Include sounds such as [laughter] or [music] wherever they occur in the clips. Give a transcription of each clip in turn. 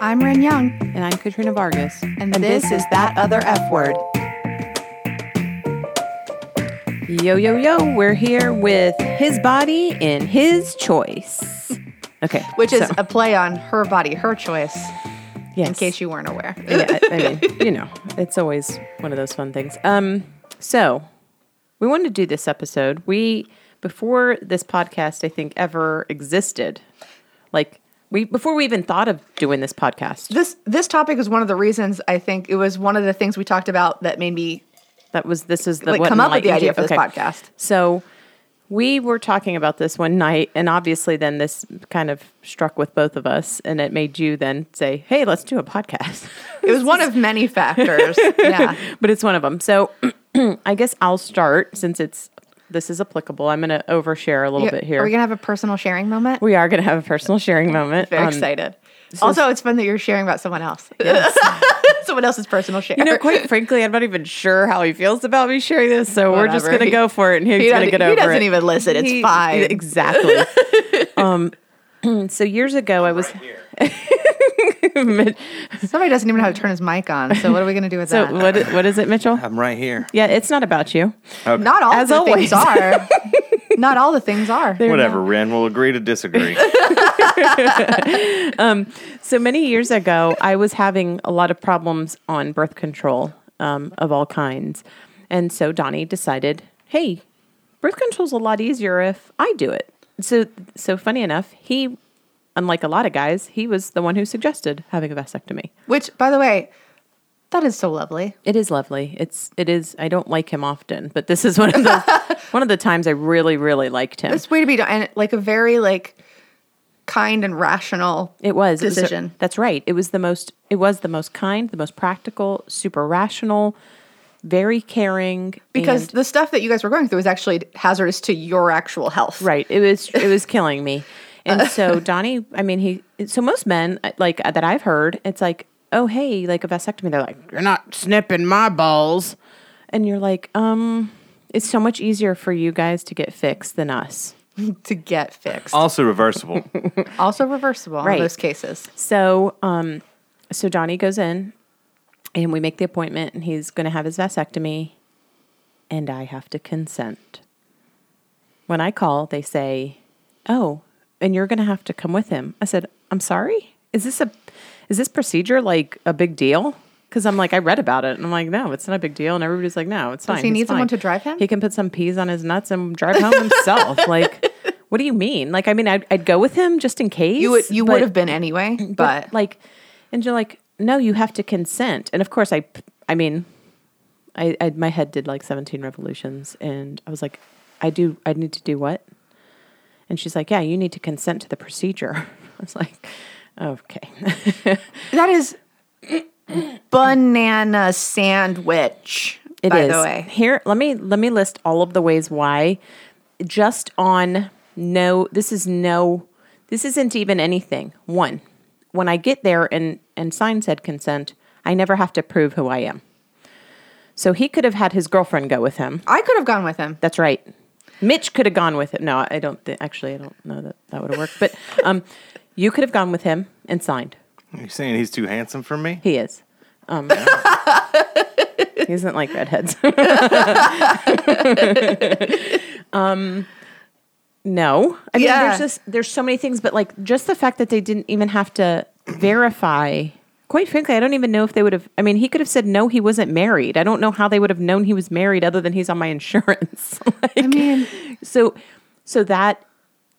I'm Ren Young, And I'm Katrina Vargas. and, this, is That Other F Word. Yo, yo, yo. We're here with His Body and His Choice. Okay. Which is so, a play on her body, her choice, yes. in case you weren't aware. yeah, I mean, you know, it's always one of those fun things. Um, so we wanted to do this episode. We, before this podcast, I think, ever existed, like, we, before we even thought of doing this podcast, This this topic is one of the reasons I think it was one of the things we talked about that made me That was this is the Like, what come up with the idea enlightened you- for this podcast. So we were talking about this one night, and obviously, then this kind of struck with both of us, and it made you then say, "Hey, let's do a podcast." [laughs] it was one of many factors. Yeah. but it's one of them. So [clears throat] I guess I'll start since it's this is applicable. I'm going to overshare a little bit here. Are we gonna have a personal sharing moment? we are going to have a personal sharing moment. Very Um, excited. Also, it's fun that you're sharing about someone [laughs] else. [laughs] someone else's personal share. You know, quite frankly, I'm not even sure how he feels about me sharing this, so we're just Whatever. going to go for it, and he's he going doesn't, to get he over it. doesn't even listen. It's He- fine. Exactly. [laughs] um, [clears throat] so years ago, I was. Mitch- [laughs] Somebody doesn't even know how to turn his mic on. So what are we gonna do with so that? what? i- What is it, [laughs] Mitchell? I'm right here. Yeah, it's not about you. Not all As the always. things [laughs] are. Not all the things are. Whatever, Ren. We'll agree to [laughs] disagree. So many years ago, I was having a lot of problems on birth control um, of all kinds, and so Donnie decided, hey, birth control's a lot easier if I do it. So, so funny enough, he, unlike a lot of guys, he was the one who suggested having a vasectomy. Which, by the way, that is so lovely. It is lovely. It's it is. I don't like him often, but this is one [laughs] of the one of the times I really really liked him. This way to be done, and like a very like kind and rational. It was it was a- decision. that's right. It was the most. It was the most kind, the most practical, super rational, very caring. because and- the stuff that you guys were going through is actually hazardous to your actual health. right, it was it was killing me. And [laughs] so Donnie, I mean, he. So most men like that I've heard, it's like, oh hey, like a vasectomy. They're like, you're not snipping my balls, and you're like, um, it's so much easier for you guys to get fixed than us. To get fixed. also reversible. also reversible Right. in those cases. So, um, so Donnie goes in, and we make the appointment, and he's going to have his vasectomy, and I have to consent. When I call, they say, "Oh, and you're going to have to come with him." I said, "I'm sorry. Is this a is this procedure like a big deal?" Because I'm like, I read about it, and I'm like, no, it's not a big deal. And everybody's like, no, it's fine. he it's need someone fine. to drive him? He can put some peas on his nuts and drive [laughs] home himself. like, what do you mean? Like, I mean, I'd, I'd go with him just in case. You would you but- would have been anyway, but, like and you're like no you have to consent and of course i i mean i, I my head did like 17 revolutions and i was like i do i need to do what and she's like yeah you need to consent to the procedure [laughs] i was like okay [laughs] that is [clears throat] banana sandwich. It by is the way. here let me let me list all of the ways why just on no this is no this isn't even anything one when i get there and and sign said consent i never have to prove who i am so he could have had his girlfriend go with him I could have gone with him. that's right mitch could have gone with him no i don't think actually i don't know that that would have worked but um you could have gone with him and signed You're saying he's too handsome for me? he is. Um, he isn't like redheads. [laughs] um, Um, no, I mean, Yeah. there's just there's so many things, but like just the fact that they didn't even have to verify. Quite frankly, I don't even know if they would have. I mean, he could have said no, he wasn't married. I don't know how they would have known he was married, other than he's on my insurance. [laughs] like, I mean- so so that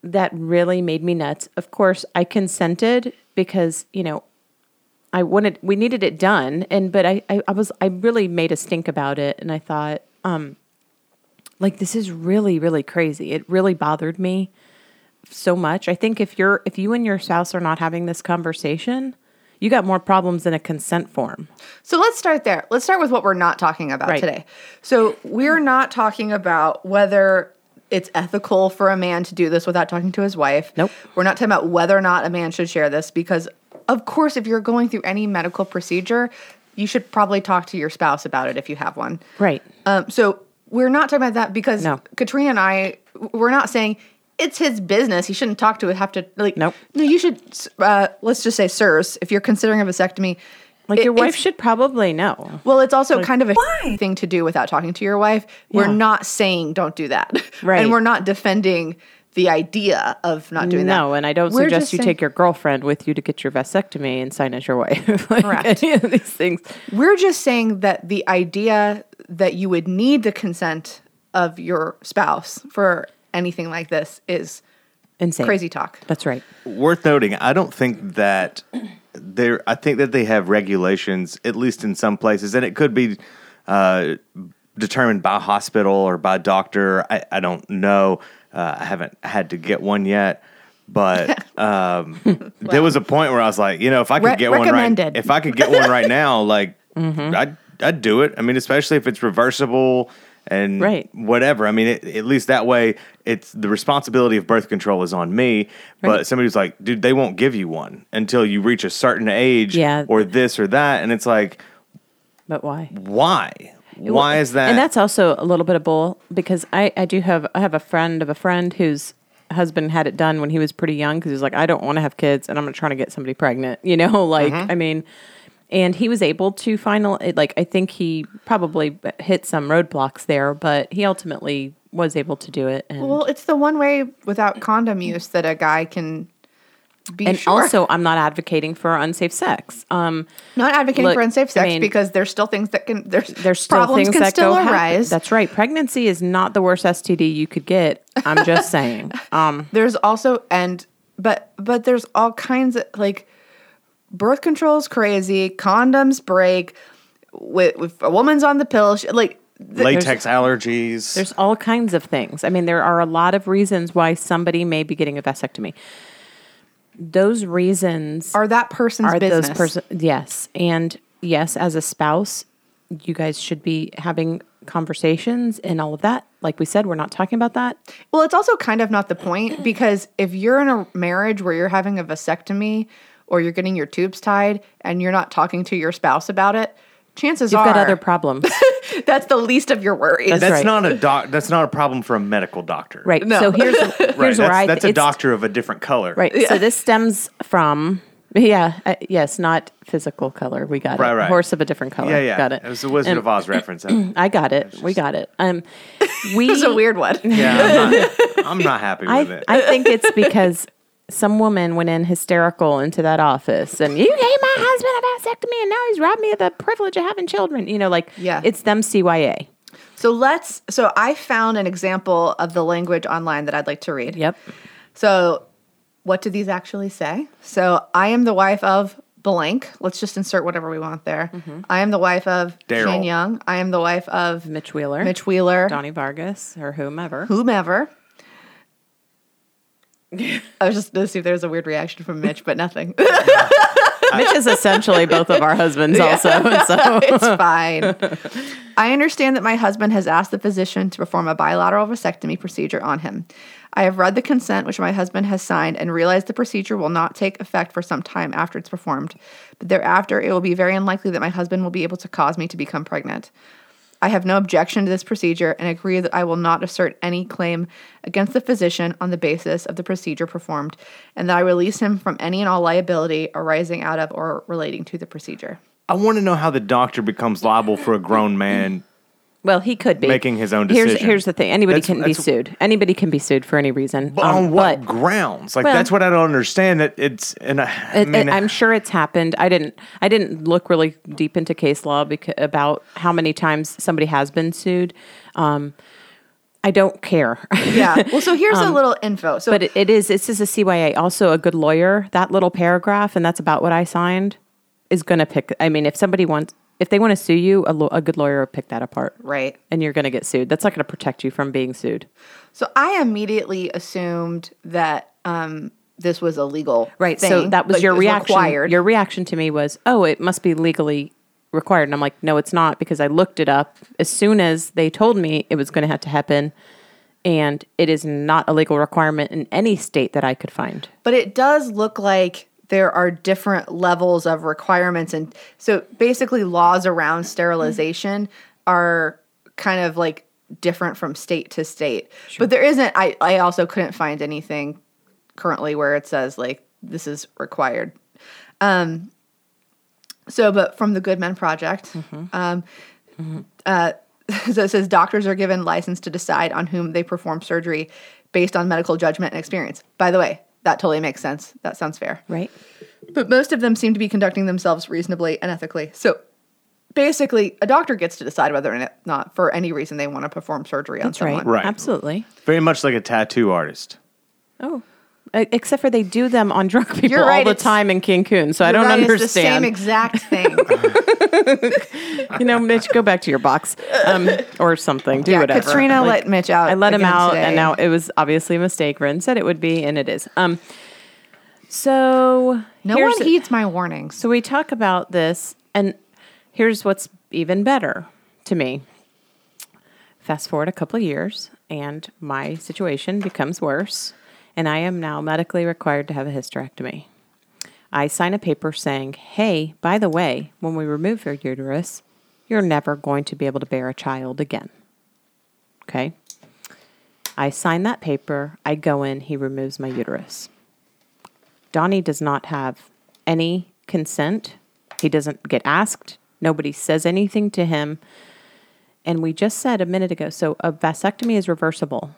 that really made me nuts. Of course, I consented because you know I wanted we needed it done and but I, I, I was I really made a stink about it and I thought, um like this is really, really crazy. It really bothered me so much. I think if you're if you and your spouse are not having this conversation, you got more problems than a consent form. So let's start there. Let's start with what we're not talking about Right. today. So we're not talking about whether it's ethical for a man to do this without talking to his wife. Nope. We're not talking about whether or not a man should share this because, of course, if you're going through any medical procedure, you should probably talk to your spouse about it if you have one. Right. Um, so we're not talking about that because No. Katrina and I, we're not saying it's his business. He shouldn't talk to it. Have to like Nope. No, you should. Uh, let's just say, sirs, if you're considering a vasectomy, Like it- your wife it's- should probably know. Well, it's also kind of a thing to do without talking to your wife. We're Yeah. not saying don't do that, [laughs] Right. And we're not defending the idea of not doing that. No, and I don't We're suggest just you saying- take your girlfriend with you to get your vasectomy and sign as your wife. [laughs] like Correct. Any of these things. We're just saying that the idea that you would need the consent of your spouse for anything like this is Insane. crazy talk. That's right. Worth noting, I don't think that there. I think that they have regulations, at least in some places, and it could be uh, determined by hospital or by doctor. I, I don't know. Uh, I haven't had to get one yet, [laughs] but um, there was a point where I was like, you know, if I could Re- get one right, recommended. if I could get one [laughs] right now, like Mm-hmm. I'd I'd do it. I mean, especially if it's reversible and Right. whatever. I mean, it, at least that way, it's the responsibility of birth control is on me. But somebody's like, dude, they won't give you one until you reach a certain age, Yeah. or this or that, and it's like, But why? why? Why is that? And that's also a little bit of bull because I, I do have I have a friend of a friend whose husband had it done when he was pretty young because he was like I don't want to have kids and I'm not trying to get somebody pregnant you know [laughs] like Mm-hmm. I mean and he was able to final it- like I think he probably hit some roadblocks there but he ultimately was able to do it and Well, it's the one way without condom use that a guy can be and sure. also I'm not advocating for unsafe sex um [laughs] not advocating Look, for unsafe I sex mean, because there's still things that can there's there's still problems things can that still go happen. arise. that's right pregnancy is not the worst STD you could get [laughs] I'm just saying um There's also and but but there's all kinds of like birth control's crazy, condoms break. With, with a woman's on the pill, she, like th- Latex allergies. There's all kinds of things. I mean, there are a lot of reasons why somebody may be getting a vasectomy. Those reasons are that person's are business. those person yes and yes as a spouse you guys should be having conversations and all of that like we said we're not talking about that Well, it's also kind of not the point because if you're in a marriage where you're having a vasectomy or you're getting your tubes tied and you're not talking to your spouse about it, chances you've are got other problems [laughs] [laughs] that's the least of your worries. That's that's right. not a doc. That's not a problem for a medical doctor, right No. so here's here's [laughs] Right. where I That's, that's a it's- doctor of a different color. right so this stems from yeah uh, yes not physical color we got Right, it right. horse of a different color Yeah, yeah. got it It was a Wizard And- of [clears throat] Oz reference. yeah, I got it we got it [laughs] um we It's a weird one. [laughs] I'm not, [laughs] I'm not happy with I, it. I think [laughs] it's because some woman went in hysterical into that office and you gave my husband a vasectomy and now he's robbed me of the privilege of having children. You know, like Yeah. it's them CYA. So let's. So I found an example of the language online that I'd like to read. Yep. So what do these actually say? So I am the wife of blank. Let's just insert whatever we want there. I am the wife of Daryl. Shane Young. I am the wife of Mitch Wheeler, Mitch Wheeler. Donnie Vargas, or whomever. whomever. I was just gonna see if there was a weird reaction from Mitch, but nothing. [laughs] Mitch is essentially both of our husbands, [laughs] also. So it's fine. I understand that my husband has asked the physician to perform a bilateral vasectomy procedure on him. I have read the consent which my husband has signed and realize the procedure will not take effect for some time after it's performed. But thereafter, it will be very unlikely that my husband will be able to cause me to become pregnant. I have no objection to this procedure and agree that I will not assert any claim against the physician on the basis of the procedure performed and that I release him from any and all liability arising out of or relating to the procedure. I want to know how the doctor becomes liable for a grown man well, he could be Making his own Here's decision. here's the thing: anybody That's- can be that's- sued. Anybody can be sued for any reason. But Um, on what but- grounds? Like Well- that's what I don't understand. That it's and I, I It, mean, it, I'm sure it's happened. I didn't. I didn't look really deep into case law because, about how many times somebody has been sued. Um, I don't care. [laughs] yeah. Well, so here's a little info. So Um, but it, it is. This is a CYA. Also, a good lawyer. That little paragraph, and that's about what I signed. Is going to pick. I mean, if somebody wants, if they want to sue you, a, lo- a good lawyer will pick that apart, right. and you're going to get sued. That's not going to protect you from being sued. So I immediately assumed that um, this was a legal thing, So that was like, your it was reaction. Required. Your reaction to me was, "Oh, it must be legally required." And I'm like, "No, it's not," because I looked it up as soon as they told me it was going to have to happen, and it is not a legal requirement in any state that I could find. but it does look like there are different levels of requirements, and so basically laws around sterilization are kind of like different from state to state. But there isn't. I I also couldn't find anything currently where it says like this is required. Um, so, but from the Goodman Project, um, Uh, [laughs] so it says doctors are given license to decide on whom they perform surgery based on medical judgment and experience. By the way, that totally makes sense. That sounds fair. right? But most of them seem to be conducting themselves reasonably and ethically. So basically, a doctor gets to decide whether or not, for any reason, they want to perform surgery on That's someone. right. Right. Absolutely. Very much like a tattoo artist. Oh. E- Except for they do them on drunk people You're right, all the it's- time in Cancun, so I You're don't right, It's the same understand. [laughs] exact thing. you know, Mitch, go back to your box um, or something. Do yeah, whatever. Katrina Like, let Mitch out. I let him again out, today. and now it was obviously a mistake. Ren said it would be, and it is. Um, so no here's- one heeds my warnings. So we talk about this, and here's what's even better to me. Fast forward a couple of years, and my situation becomes worse, and I am now medically required to have a hysterectomy. I sign a paper saying, hey, by the way, when we remove your uterus, you're never going to be able to bear a child again. Okay? I sign that paper. I go in. He removes my uterus. Donnie does not have any consent. He doesn't get asked. Nobody says anything to him. And we just said a minute ago so a vasectomy is reversible.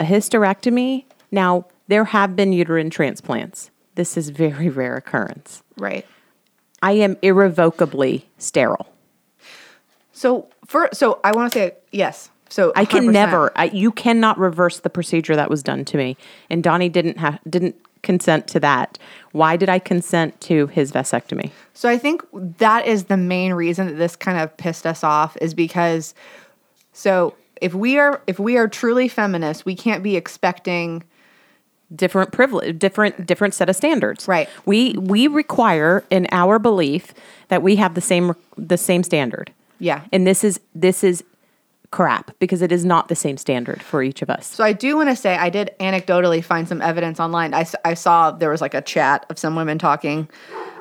A hysterectomy, now, there have been uterine transplants. This is very rare occurrence. Right. I am irrevocably sterile. So for so I want to say yes. So I can 100%. never. I, you cannot reverse the procedure that was done to me. And Donnie didn't have didn't consent to that. Why did I consent to his vasectomy? So I think that is the main reason that this kind of pissed us off is because so if we are if we are truly feminists, we can't be expecting different privilege different different set of standards Right. we we require in our belief that we have the same the same standard Yeah. and this is this is crap because it is not the same standard for each of us So I do want to say I did anecdotally find some evidence online. I, s- I saw there was like a chat of some women talking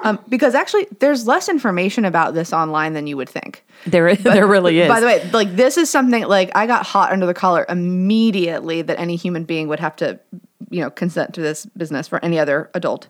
um, because actually there's less information about this online than you would think. there [laughs] there really is By the way, like this is something like I got hot under the collar immediately that any human being would have to, you know, consent to this business for any other adult.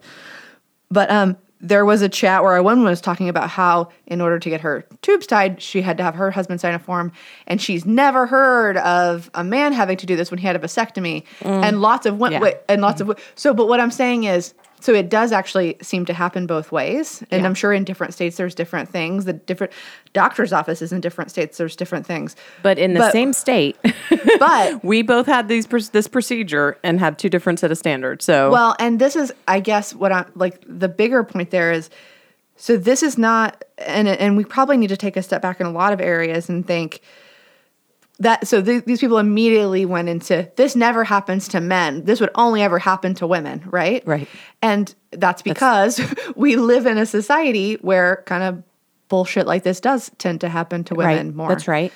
But um there was a chat where a woman was talking about how in order to get her tubes tied, she had to have her husband sign a form and she's never heard of a man having to do this when he had a vasectomy and lots of women Mm. Yeah. and lots of wo- so but what I'm saying is so it does actually seem to happen both ways and i'm sure in different states there's different things the different doctors offices in different states there's different things but in the but- same state [laughs] but we both had these pr- this procedure and have two different set of standards so well and this is i guess what i'm like the bigger point there is so this is not and and we probably need to take a step back in a lot of areas and think that so th- these people immediately went into this never happens to men this would only ever happen to women right Right. and that's because [laughs] we live in a society where kind of bullshit like this does tend to happen to right women more that's right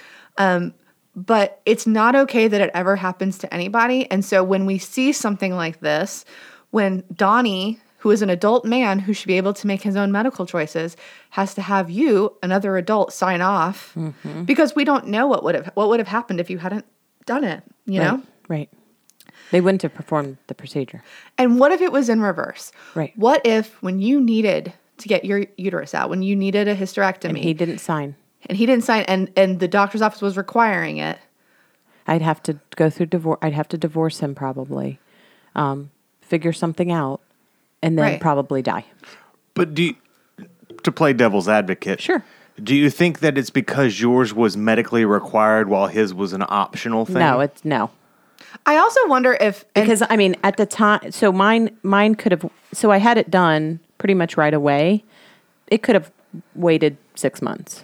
but it's not okay that it ever happens to anybody. And so when we see something like this, when Donnie, who is an adult man who should be able to make his own medical choices, has to have you, another adult, sign off because we don't know what would have what would have happened if you hadn't done it, you know? right, right they wouldn't have performed the procedure And what if it was in reverse? Right. What if when you needed to get your uterus out, when you needed a hysterectomy and he he, didn't sign didn't sign and and the doctor's office was requiring it, I'd have to go through divorce. I'd have to divorce him probably, um, figure something out, and then Right. probably die. But do you, to play devil's advocate, Sure. Do you think that it's because yours was medically required while his was an optional thing? No, it's no. I also wonder if and- because I mean, at the time, so mine, mine could have. So I had it done pretty much right away. It could have waited six months,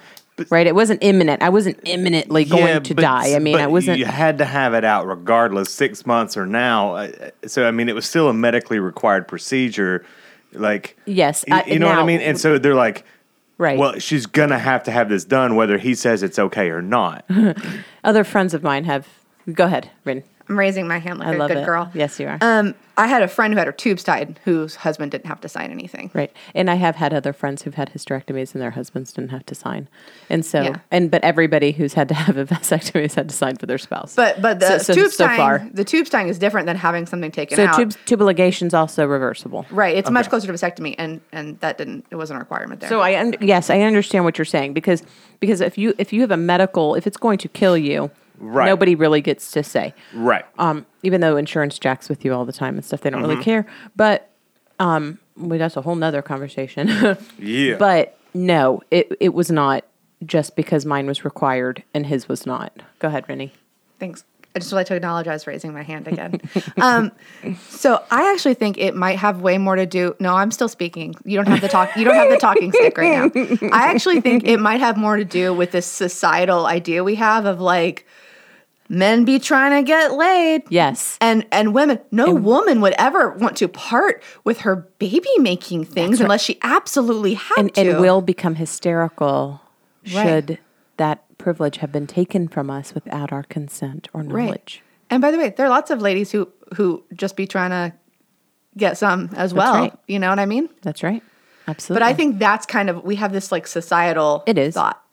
right? It wasn't imminent. I wasn't imminently going Yeah, to but- die. I mean, but I wasn't. You had to have it out regardless, six months or now. Uh, So I mean, it was still a medically required procedure. Like Yes, y- I- you, know what now- I mean. And so they're like, Right. Well, she's gonna have to have this [laughs] done, whether he says it's okay or not. Other friends of mine have. Go ahead, Rin. I'm raising my hand like I a love good it. girl. Yes, you are. Um, I had a friend who had her tubes tied whose husband didn't have to sign anything. Right. And I have had other friends who've had hysterectomies and their husbands didn't have to sign. And so, Yeah. and but everybody who's had to have a [laughs] vasectomy has had to sign for their spouse. But but So- the so, tube so tying, far. the tube tying is different than having something taken So out. tubes, tube ligation's also reversible. right, it's much closer to vasectomy, and and that didn't it wasn't a requirement there. So I un- yes, I understand what you're saying because because if you if you have a medical if it's going to kill you, Right. nobody really gets to say. Right. Um, even though insurance jacks with you all the time and stuff, they don't Mm-hmm. really care. But um, well, that's a whole nother conversation. [laughs] Yeah. But no, it it was not just because mine was required and his was not. Go ahead, Rennie. Thanks. I just would like to acknowledge I was raising my hand again. [laughs] um, so I actually think it might have way more to do. No, I'm still speaking. You don't have the talk. You don't have the talking stick right now. I actually think it might have more to do with this societal idea we have of like men be trying to get laid. Yes. And and women, no woman would ever want to part with her baby making things unless she absolutely had and, to. and will become hysterical Right. should that privilege have been taken from us without our consent or knowledge. And by the way, there are lots of ladies who who just be trying to get some as well. right. You know what I mean? That's right. Absolutely. But I think that's kind of we have this like societal It is. [laughs] thought.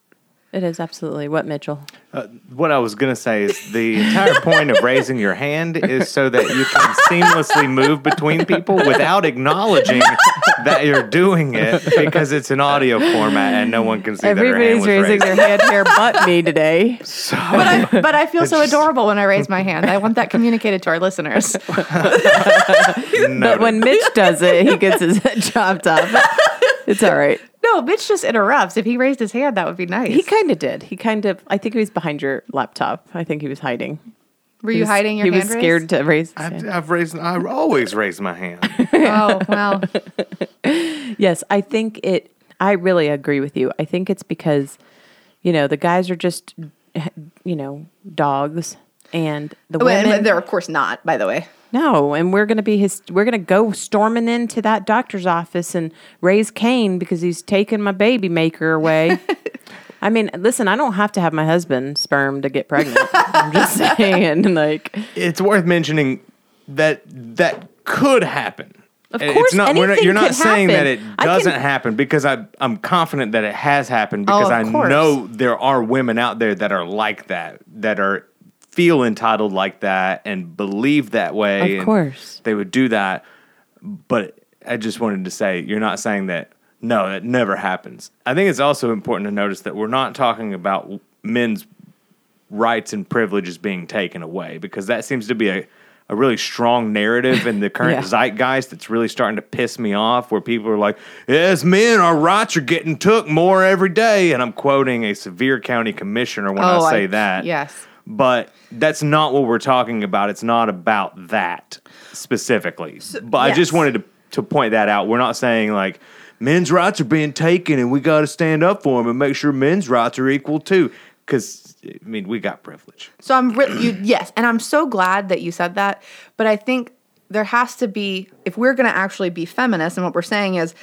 it is absolutely what Mitchell. Uh, What I was gonna say is the entire point of raising your hand is so that you can seamlessly move between people without acknowledging that you're doing it because it's an audio format and no one can see Everybody's that her hand was raising raised. their hand here but me [laughs] today. [laughs] But I, but I feel so adorable when I raise my hand. I want that communicated to our [laughs] listeners. But when Mitch does it, he [laughs] gets his head chopped off. It's all right. No, Mitch just interrupts. If he raised his hand, that would be nice. He kind of did. He kind of, I think he was behind your laptop. I think he was hiding. Were He you was- hiding your He hand was raise? scared to raise his hand. I've, I've raised. I always raise my hand. Oh [laughs] well, Yes, I think it. I really agree with you. I think it's because, you know, the guys are just, you know, dogs, and the Wait, women. they're of course not. By the way, no, and we're gonna be his. We're gonna go storming into that doctor's office and raise Cain because he's taking my baby maker away. I mean, listen, I don't have to have my husband sperm to get pregnant. I'm just saying, like, [laughs] It's worth mentioning that that could happen. Of course, it's not, we're not anything you're not could saying that it happen. I can- doesn't happen because I, I'm confident that it has happened Oh, because of I course. know there are women out there that are like that that are feel entitled like that and believe that way. Of and course. they would do that. But I just wanted to say you're not saying that. No, that never happens. I think it's also important to notice that we're not talking about men's rights and privileges being taken away because that seems to be a, a really strong narrative in the current Yeah. zeitgeist that's really starting to piss me off where people are like as men our rights are getting took more every day and i'm quoting a severe county commissioner when Oh, i I- say that yes. but that's not what we're talking about it's not about that specifically but i yes. just wanted to, to point that out we're not saying like men's rights are being taken and we got to stand up for them and make sure men's rights are equal too because i mean we got privilege So I'm re- you yes, and I'm so glad that you said that, but I think there has to be if we're going to actually be feminists and what we're saying is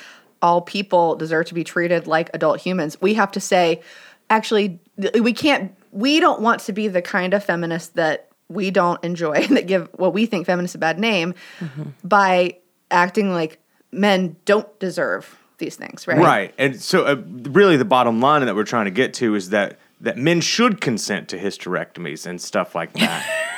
all people deserve to be treated like adult humans. We have to say actually th- we can't we don't want to be the kind of feminists that we don't enjoy [laughs] that give what we think feminists a bad name Mm-hmm. by acting like men don't deserve these things, right? Right. And so, uh, really, the bottom line that we're trying to get to is that that men should consent to hysterectomies and stuff like that.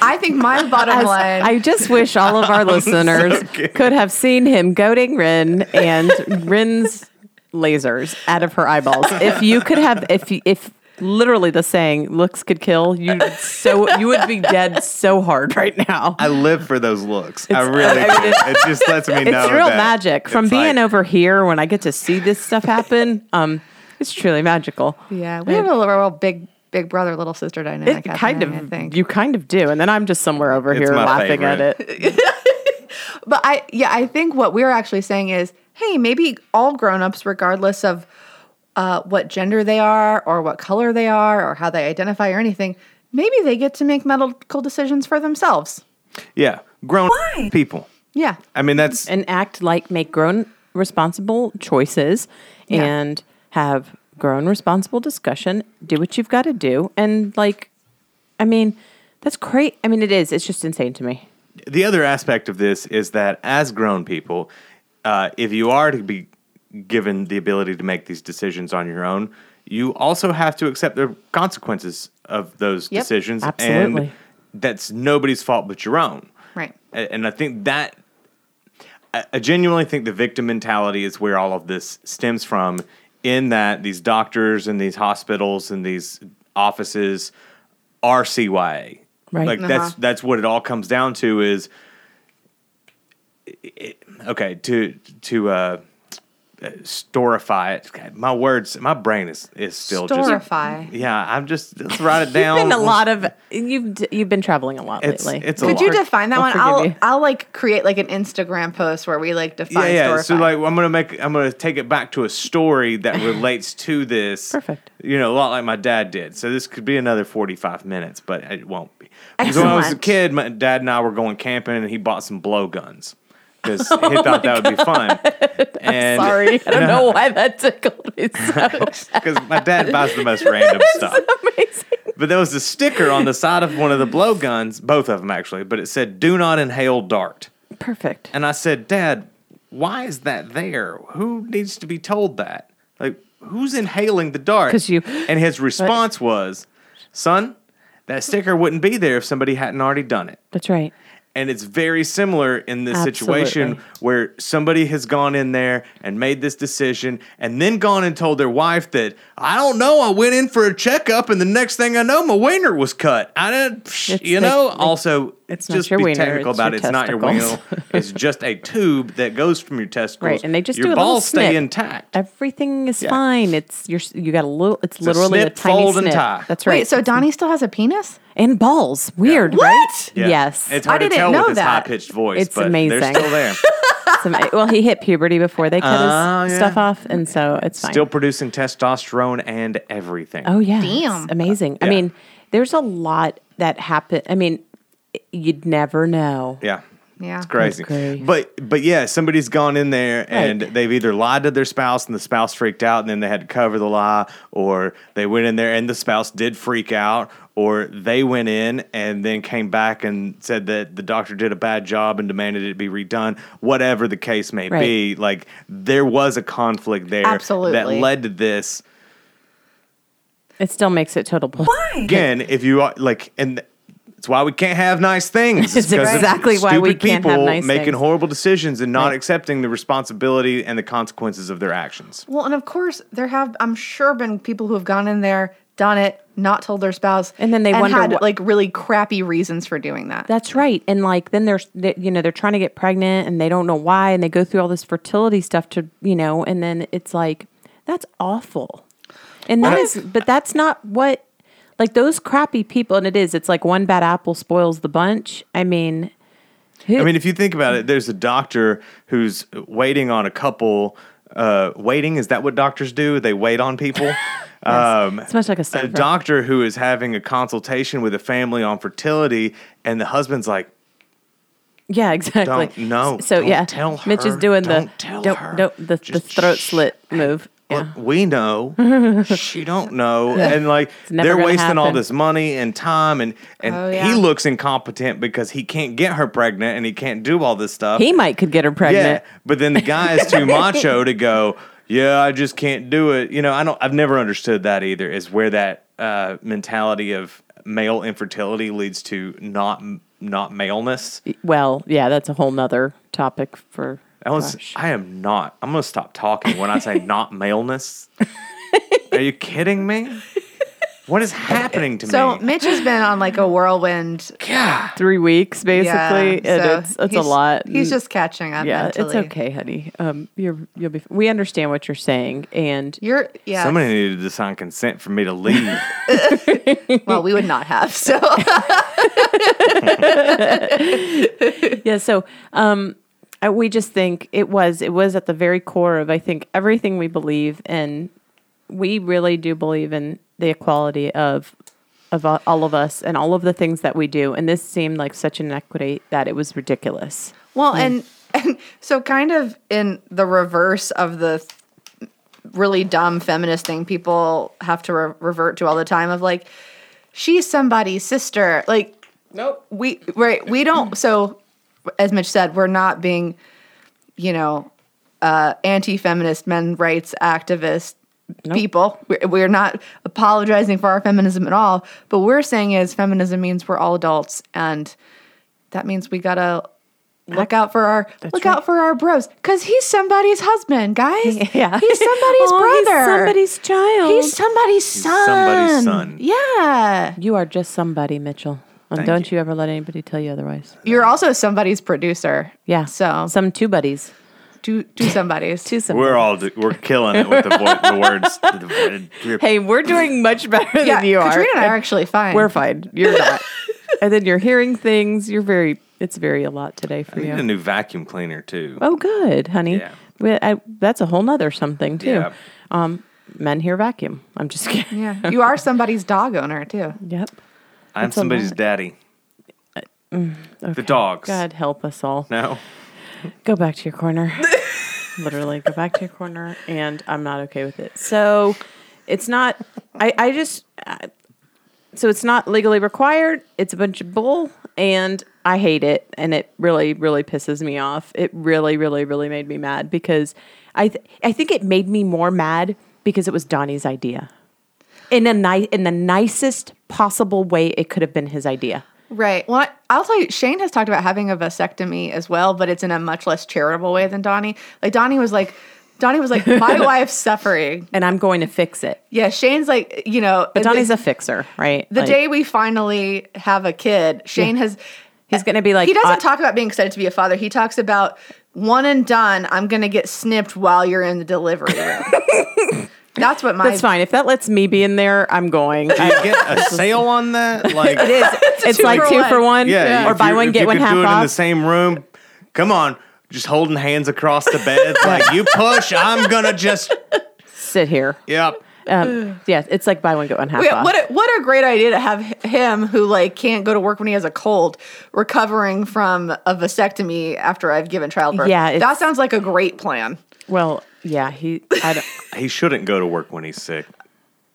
I think [laughs] my bottom As- line I just wish all of our listeners could have seen him goading Rin and Rin's lasers out of her eyeballs. If you could have, if you, if literally the saying "looks could kill," you so you would be dead so hard right now. [laughs] I live for those looks. [laughs] I really do. It just lets me know. It's real that magic. From it's being like- over here, when I get to see this stuff happen, um, it's truly magical. Yeah, we have a little big big brother little sister dynamic. It kind happening, of, I think. you kind of do, and then I'm just somewhere over It's here my laughing at favorite. it. but I yeah, I think what we're actually saying is, hey, maybe all grown-ups regardless of uh, what gender they are or what color they are or how they identify or anything, maybe they get to make medical decisions for themselves. yeah, grown people. Yeah. I mean, that's and act like make grown responsible choices Yeah. and have grown responsible discussion do what you've got to do and like i mean That's great. I mean, it is. It's just insane to me. the other aspect of this is that as grown people, uh, if you are to be given the ability to make these decisions on your own, you also have to accept the consequences of those Yep, decisions. absolutely. And that's nobody's fault but your own. Right. A- And I think that, I I genuinely think the victim mentality is where all of this stems from, in that these doctors and these hospitals and these offices are CYA. Right. Like that's Uh-huh. that's what it all comes down to is okay to to uh storify it God, my words my brain is is still Storify. just yeah i'm just let's write it [laughs] down You've been a lot of you've d- you've been traveling a lot it's, lately. it's a Could lot. you define that I'll one? forgive I'll you. I'll like create like an Instagram post where we like yeah define yeah storify. so like i'm gonna make i'm gonna take it back to a [laughs] story that relates to this Perfect. you know a lot like my dad did so this could be another 45 minutes but it won't be so when i was a Excellent. kid my dad and i were going camping and he bought some blowguns [laughs] because he Oh thought that would be fun and [laughs] Sorry, I don't know why that [laughs] tickled me so. because my dad buys the most [laughs] random stuff. amazing. But there was a sticker on the side of one of the blowguns, both of them actually, but it said, Do not inhale dart. Perfect. And I said, Dad, why is that there? Who needs to be told that? Like, who's inhaling the dart? 'Cause you- And his response was, Son, that sticker wouldn't be there if somebody hadn't already done it. That's right. And it's very similar in this situation Absolutely. where somebody has gone in there and made this decision and then gone and told their wife that, I don't know, I went in for a checkup and the next thing I know, my wiener was cut. I didn't, psh, It's you like- know, like, also, it's not just your be wiener, technical it's about your it. It's not your testicles. wiener. it's just a tube that goes from your testicles. Right, and they just your do a little balls stay snip. Uh, intact. Everything is Yeah. fine. It's you're s- you got a little. It's, literally a, snip, tiny fold, snip. and tie. That's right. Wait, so Donnie still has a penis? and balls. Weird, right? What? Yeah. Yes. [laughs] It's I hard to didn't tell know with his that. high pitched voice, It's but they're amazing. [laughs] still there. Some- well, he hit puberty before they cut Oh, his yeah. stuff off, and so it's fine. still producing testosterone and everything. Oh yeah, Damn. It's amazing. I Yeah. mean, there's a lot that happen. I mean, you'd never know. Yeah. Yeah. It's crazy. grief. But but yeah, somebody's gone in there and Right. they've either lied to their spouse and the spouse freaked out and then they had to cover the lie or they went in there and the spouse did freak out or they went in and then came back and said that the doctor did a bad job and demanded it be redone. Whatever the case may Right. be, like there was a conflict there that Absolutely. led to this. It still makes it total bull. [laughs] Again, if you are like and it's why we can't have nice things. It's 'cause of exactly why we stupid can't have people nice making things. horrible decisions and not Right. accepting the responsibility and the consequences of their actions. Well, and of course there have I'm sure been people who have gone in there, done it, not told their spouse, And then they wonder had what- like really crappy reasons for doing that. That's right. And like then there's they, you know they're trying to get pregnant and they don't know why and they go through all this fertility stuff to you know and then it's like that's awful. And that is but that's not what like those crappy people and it is it's like one bad apple spoils the bunch. I mean I mean, if you think about it, there's a doctor who's waiting on a couple. Uh, waiting is that what doctors do? They wait [laughs] on people. um, it's much like a, a server. doctor who is having a consultation with a family on fertility, and the husband's like, Yeah, exactly. Don't- no, So don't yeah, tell Mitch is her, doing the don't tell don't her. don't the, the Just throat shh. slit move. Look, Yeah. [laughs] we know she don't know and like never they're gonna wasting all happen. this money and time and and Oh, yeah. he looks incompetent because he can't get her pregnant and he can't do all this stuff He might could get her yeah pregnant. but then the guy is [laughs] too macho to go yeah i just can't do it you know i don't i've never understood that either is where that uh, mentality of male infertility leads to not not maleness Well, yeah, that's a whole nother topic for. That was, gosh. I am not. I'm gonna stop talking when I say [laughs] not maleness. Are you kidding me? What is happening to so me? Mitch has been on like [laughs] a whirlwind. God. three weeks basically, yeah, and so it's it's a he's- lot. He's and- just catching up. yeah, mentally. it's okay, honey. Um, you're you'll be. We understand what you're saying, and You're yeah. Somebody needed to sign consent for me to leave. well, we would not have. So [laughs] yeah. So, um, I, we just think it was it was at the very core of I think everything we believe in. We really do believe in the equality of of all all of us and all of the things that we do. And this seemed like such an inequity that it was ridiculous. Well, and, Mm. and so kind of in the reverse of the th- really dumb feminist thing people have to re- revert to all the time of like, she's somebody's sister. Like, Nope. we right we don't so as mitch said we're not being you know uh, anti-feminist men rights activist people we're, we're not apologizing for our feminism at all but we're saying is feminism means we're all adults and that means we gotta look out for our look out for our bros because he's somebody's husband guys [laughs] [laughs] Yeah. he's somebody's Oh, he's brother somebody's child. he's somebody's son somebody's son. yeah You are just somebody, Mitchell. And Thank don't you. you. ever let anybody tell you otherwise. you're also somebody's producer Yeah. so some two buddies. do do somebody's Two some. We're all we're killing it with the, vo- the words. The, the, hey, we're doing much better yeah, than you are. Katrina and I are actually fine. [laughs] We're fine. You're not. and then you're hearing things. You're very. It's very a lot today for I need a you. new vacuum cleaner too. Oh, good, honey. Yeah. We- I- that's a whole nother something too. Yeah. Um, men hear vacuum. I'm just [laughs] kidding. yeah, you are somebody's dog owner too. Yep. I'm it's a somebody's lot. Uh, mm, daddy. The dogs. God help us all. No. Go back to your [laughs] corner. Literally, go back to your corner, and I'm not okay with it. So, it's not. I I just. I, so it's not legally required. It's a bunch of bull, and I hate it. And it really, really pisses me off. It really, really, really made me mad because I th- I think it made me more mad because it was Donnie's idea, in a ni- in the nicest possible way. It could have been his idea. Right. Well, I- I'll tell you, Shane has talked about having a vasectomy as well, but it's in a much less charitable way than Donnie. Like Donnie was like, Donnie was like, my [laughs] wife's suffering. And I'm going to fix it. Yeah, Shane's like, you know, But Donnie's the, a fixer, right? the Like- day we finally have a kid. Shane has. He's gonna be like, He doesn't "I- talk about being excited to be a father. He talks about one and done. I'm gonna get snipped while you're in the delivery room. [laughs] That's what my That's fine. If that lets me be in there, I'm going. I, You get a sale on that? Like it is. [laughs] It's, two like for two one. for one, Yeah, or if buy you- one if get you one could half do it in the off. same room. Come on, just holding hands across the [laughs] bed. like you push, I'm gonna just. Sit here. Yep. [sighs] Um, yeah, it's like buy one get one half Yeah, off. what a, what a great idea to have h- him who like can't go to work when he has a cold recovering from a vasectomy after I've given childbirth. Yeah, it's- that sounds like a great plan. well, yeah, he. I don't, He shouldn't go to work when he's sick.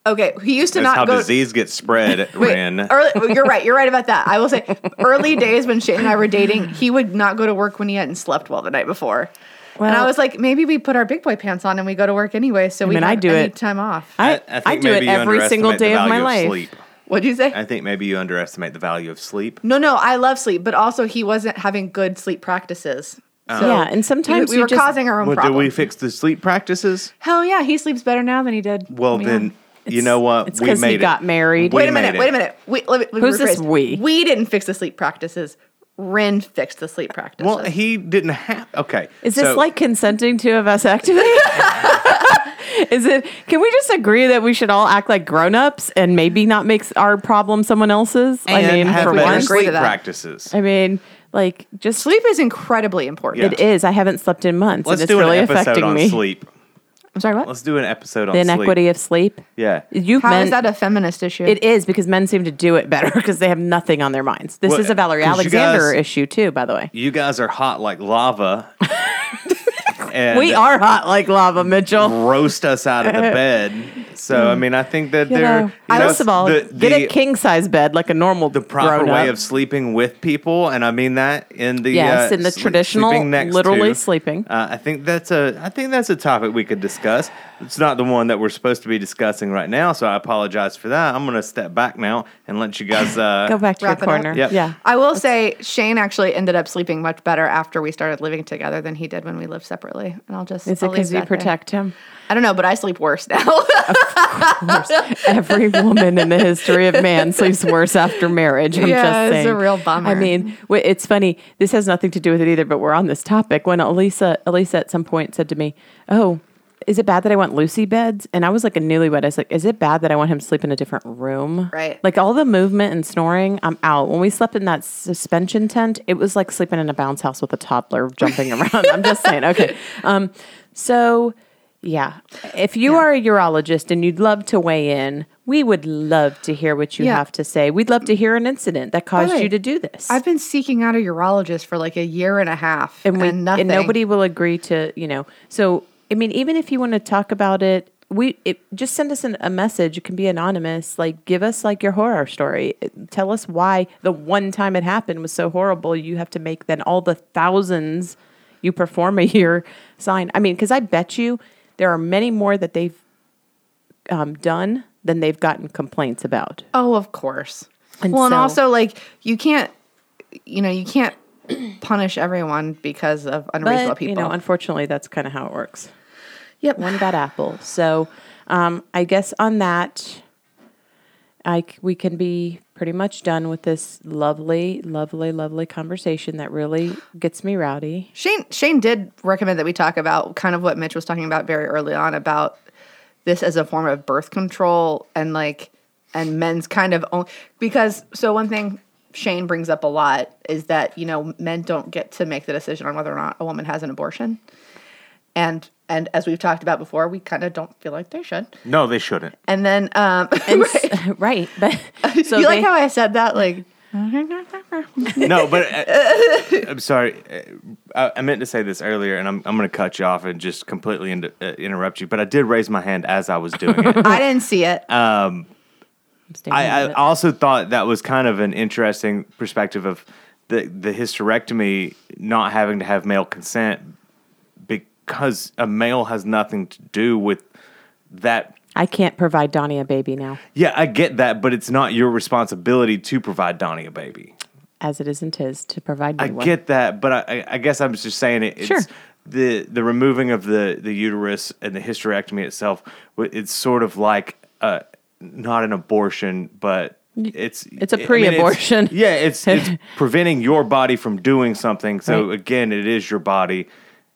Okay, he used to That's not how go. disease gets spread. Wait, Ren. early, oh, you're right. You're right about that. I will [laughs] say, early days when Shane and I were dating, he would not go to work when he hadn't slept well the night before. and I Well- was like, maybe we put our big boy pants on and we go to work anyway, so we mean, have I do any it. time off. I, I, do it maybe you every single underestimate the day of value my life. Sleep. What'd you say? I think maybe you underestimate the value of sleep. No, no, I love sleep, but also he wasn't having good sleep practices. Oh. So Yeah, and sometimes we, you were just- causing our own Well, do problem. we fix the sleep practices? Hell yeah, he sleeps better now than he did. Well, Yeah. then you know what? it's 'cause he got married. We wait a made minute, it. wait a minute. We, let me, let me Who's this rephrase. we? We didn't fix the sleep practices. Rin fixed the sleep practices. Well, he didn't have. Okay. Is this so- like consenting to a [laughs] vasectomy? Is it? Can we just agree that we should all act like grown-ups and maybe not make our problem someone else's? I And mean, have for better one, Agree to sleep that. practices. I mean, like just sleep is incredibly important. Yeah. It is. I haven't slept in months, Let's and it's do really an episode affecting on me. sleep. I'm sorry, what? Let's do an episode on The sleep. inequity of sleep. Yeah. You How is men, that a feminist issue? it is because men seem to do it better [laughs] because they have nothing on their minds. This Well, is a Valerie 'cause you Alexander guys- issue too, by the way. You guys are hot [laughs] like lava. and Mm-hmm. We are hot like lava, Mitchell. roast us out of the bed. So I mean, I think that they're you know, First of all, the, get a the king size bed like a normal the proper way of sleeping with people, and I mean that in the Yes, uh, in the sle- traditional, sleeping next literally to. sleeping. Uh, I think that's a I think that's a topic we could discuss. It's not the one that we're supposed to be discussing right now, so I apologize for that. I'm going to step back now and let [laughs] you guys uh, Go back to your Wrap it up. corner. Yep. Yeah. I will say Shane actually ended up sleeping much better after we started living together than he did when we lived separately. And I'll just Is it I'll leave because you that there. protect him? I don't know, but I sleep worse [laughs] now. Every woman in the history of man sleeps worse after marriage. I'm Yeah, just it's saying. a real bummer. I mean, w- it's funny. This has nothing to do with it either, but we're on this topic. When Elisa, Elisa at some point said to me, "Oh, is it bad that I want Lucy beds?" And I was like a newlywed. I was like, "Is it bad that I want him to sleep in a different room?" Right. Like all the movement and snoring, I'm out. When we slept in that suspension tent, it was like sleeping in a bounce house with a toddler [laughs] jumping around. I'm just saying. Okay. Um. So. Yeah. If you are a urologist and you'd love to weigh in, we would love to hear what you Yeah. have to say. We'd love to hear an incident that caused Right. you to do this. I've been seeking out a urologist for like a year and a half, and, and, we, nothing. and nobody will agree to, you know. So, I mean, even if you want to talk about it we it, just send us an, a message. It can be anonymous. Like give us like your horror story. It- Tell us why the one time it happened was so horrible. You have to make then all the thousands you perform a [laughs] year sign. I mean, because I bet you there are many more that they've um, done than they've gotten complaints about. Oh, of course. And well, and so- also like you can't, you know, you can't punish everyone because of unreasonable But, people. you know, unfortunately, that's kind of how it works. yep. one bad apple. So um, I guess on that, I c- we can be pretty much done with this lovely, lovely, lovely conversation that really gets me rowdy. Shane Shane did recommend that we talk about kind of what Mitch was talking about very early on about this as a form of birth control and like and men's kind of own because so one thing Shane brings up a lot is that you know men don't get to make the decision on whether or not a woman has an abortion and and as we've talked about before we kind of don't feel like they should No, they shouldn't. and then um [laughs] right. [laughs] right. but [laughs] so you they- like how I said that like No, but uh, I'm sorry. Uh, I, I meant to say this earlier, and I'm, I'm going to cut you off and just completely inter- uh, interrupt you. But I did raise my hand as I was doing it. I didn't see [laughs] it Uh. I'm staying I, I [laughs] with it. also thought that was kind of an interesting perspective of the the hysterectomy not having to have male consent because a male has nothing to do with that. I can't provide Donnie a baby now, Yeah, I get that, but it's not your responsibility to provide Donnie a baby. as it isn't his to provide me I one. get that, but I, I- I guess I'm just saying it. It's Sure. The the removing of the the uterus and the hysterectomy itself, w- it's sort of like uh, not an abortion, but it's It's a I mean, pre-abortion. [laughs] yeah, [laughs] it's it's preventing your body from doing something. So again, it is your body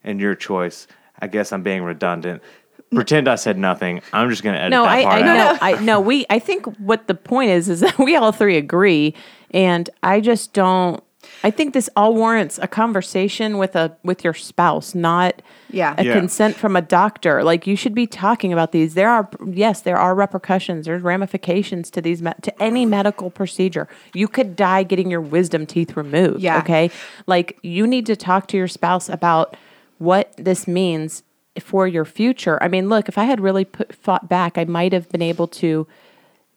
and your choice. I guess I'm being redundant. Pretend I said nothing. I'm just gonna edit no, that I, part I out. know. I no. We. I think what the point is is that we all three agree, and I just don't. I think this all warrants a conversation with a with your spouse, not Yeah. a Yeah. consent from a doctor. Like you should be talking about these. There are yes, there are repercussions. There's ramifications to these me- to any medical procedure. You could die getting your wisdom teeth removed. Yeah. Okay. Like you need to talk to your spouse about what this means for your future. I mean, look, if I had really put, fought back, I might have been able to.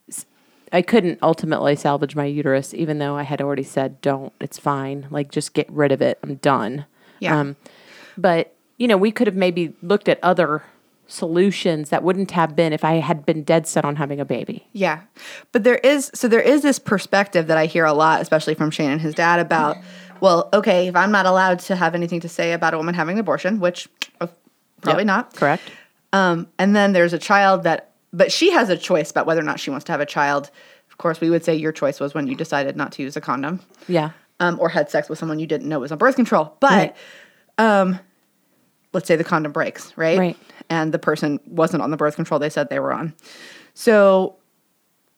s- I couldn't ultimately salvage my uterus, even though I had already said, "Don't. It's fine. Like, just get rid of it. I'm done." Um, Yeah. but you know, we could have maybe looked at other solutions that wouldn't have been if I had been dead set on having a baby. Yeah. But there is so there is this perspective that I hear a lot, especially from Shane and his dad, about, well, okay, if I'm not allowed to have anything to say about a woman having an abortion, which uh, probably Yep. not. Correct. Um, and then there's a child that but she has a choice about whether or not she wants to have a child. Of course, we would say your choice was when you decided not to use a condom Yeah. um, or had sex with someone you didn't know was on birth control. But um, Right. let's say the condom breaks, right? Right. And the person wasn't on the birth control they said they were on. So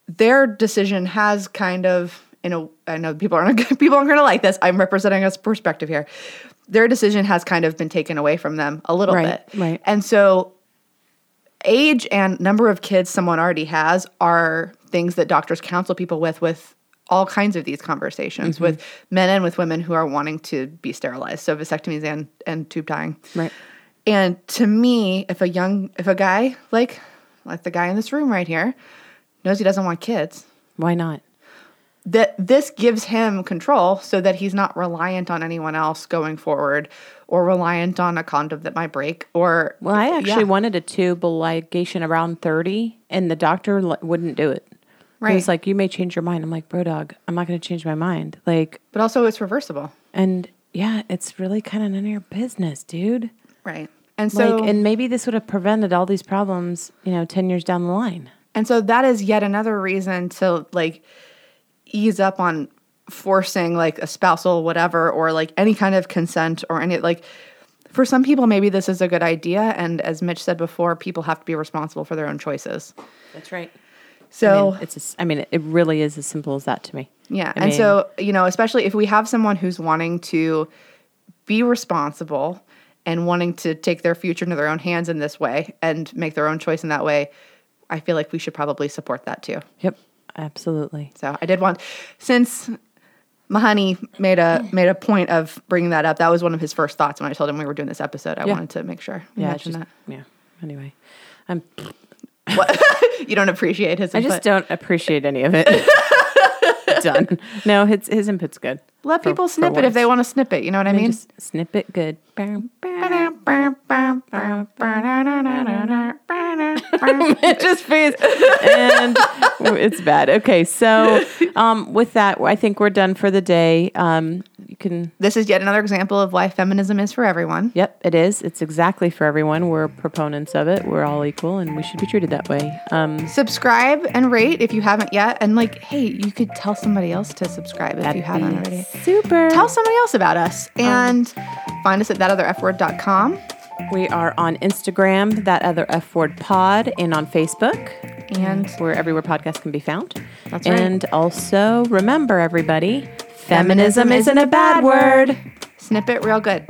their decision has kind of, in a, I know people aren't [laughs] people aren't going to like this. I'm representing a perspective here. Their decision has kind of been taken away from them a little Right, bit, right. And so age and number of kids someone already has are things that doctors counsel people with with all kinds of these conversations Mm-hmm. with men and with women who are wanting to be sterilized so vasectomies and and tube tying Right. and to me if a young if a guy like like the guy in this room right here knows he doesn't want kids Why not? that this gives him control so that he's not reliant on anyone else going forward or reliant on a condom that might break or Well, I Yeah. actually wanted a tube ligation around 30, and the doctor li- wouldn't do it. He Right. was like, You may change your mind. I'm like, Bro, dog, I'm not going to change my mind. Like, but also it's reversible and yeah, it's really kind of none of your business, dude. right and so like, and maybe this would have prevented all these problems, you know, 10 years down the line. And so that is yet another reason to like ease up on forcing like a spousal whatever or like any kind of consent or any like for some people maybe this is a good idea and as Mitch said before people have to be responsible for their own choices. That's right. So it's, as- I mean, it really is as simple as that to me. yeah. I and mean, so, you know, especially if we have someone who's wanting to be responsible and wanting to take their future into their own hands in this way and make their own choice in that way, I feel like we should probably support that too. yep, absolutely. So I did want, since Mahani made a made a point of bringing that up. That was one of his first thoughts when I told him we were doing this episode. I Yeah. wanted to make sure we Yeah, it's mentioned just- that. yeah. Anyway, I'm What? [laughs] you don't appreciate his I input. just don't appreciate any [laughs] of it. Done. No, his, his input's good. Let for- people for snip it if once. they want to snip it. You know what I I mean, mean? just snip it [laughs] good. Bam, bam. just face [laughs] and it's bad okay [laughs] so um, with that i think we're done for the day um, you can [laughs] This is yet another example of why feminism is for everyone. yep it is it's exactly for everyone we're proponents of it we're all equal and we should be treated that way um, Subscribe and rate if you haven't yet. And like, hey, you could tell somebody else to subscribe if that'd you haven't be already. super Tell somebody else about us and find us at thatotherfword.com. we are on instagram that other f word pod and on facebook And we're everywhere podcasts can be found That's right. and also remember everybody Feminism feminism isn't a bad word snip it real good.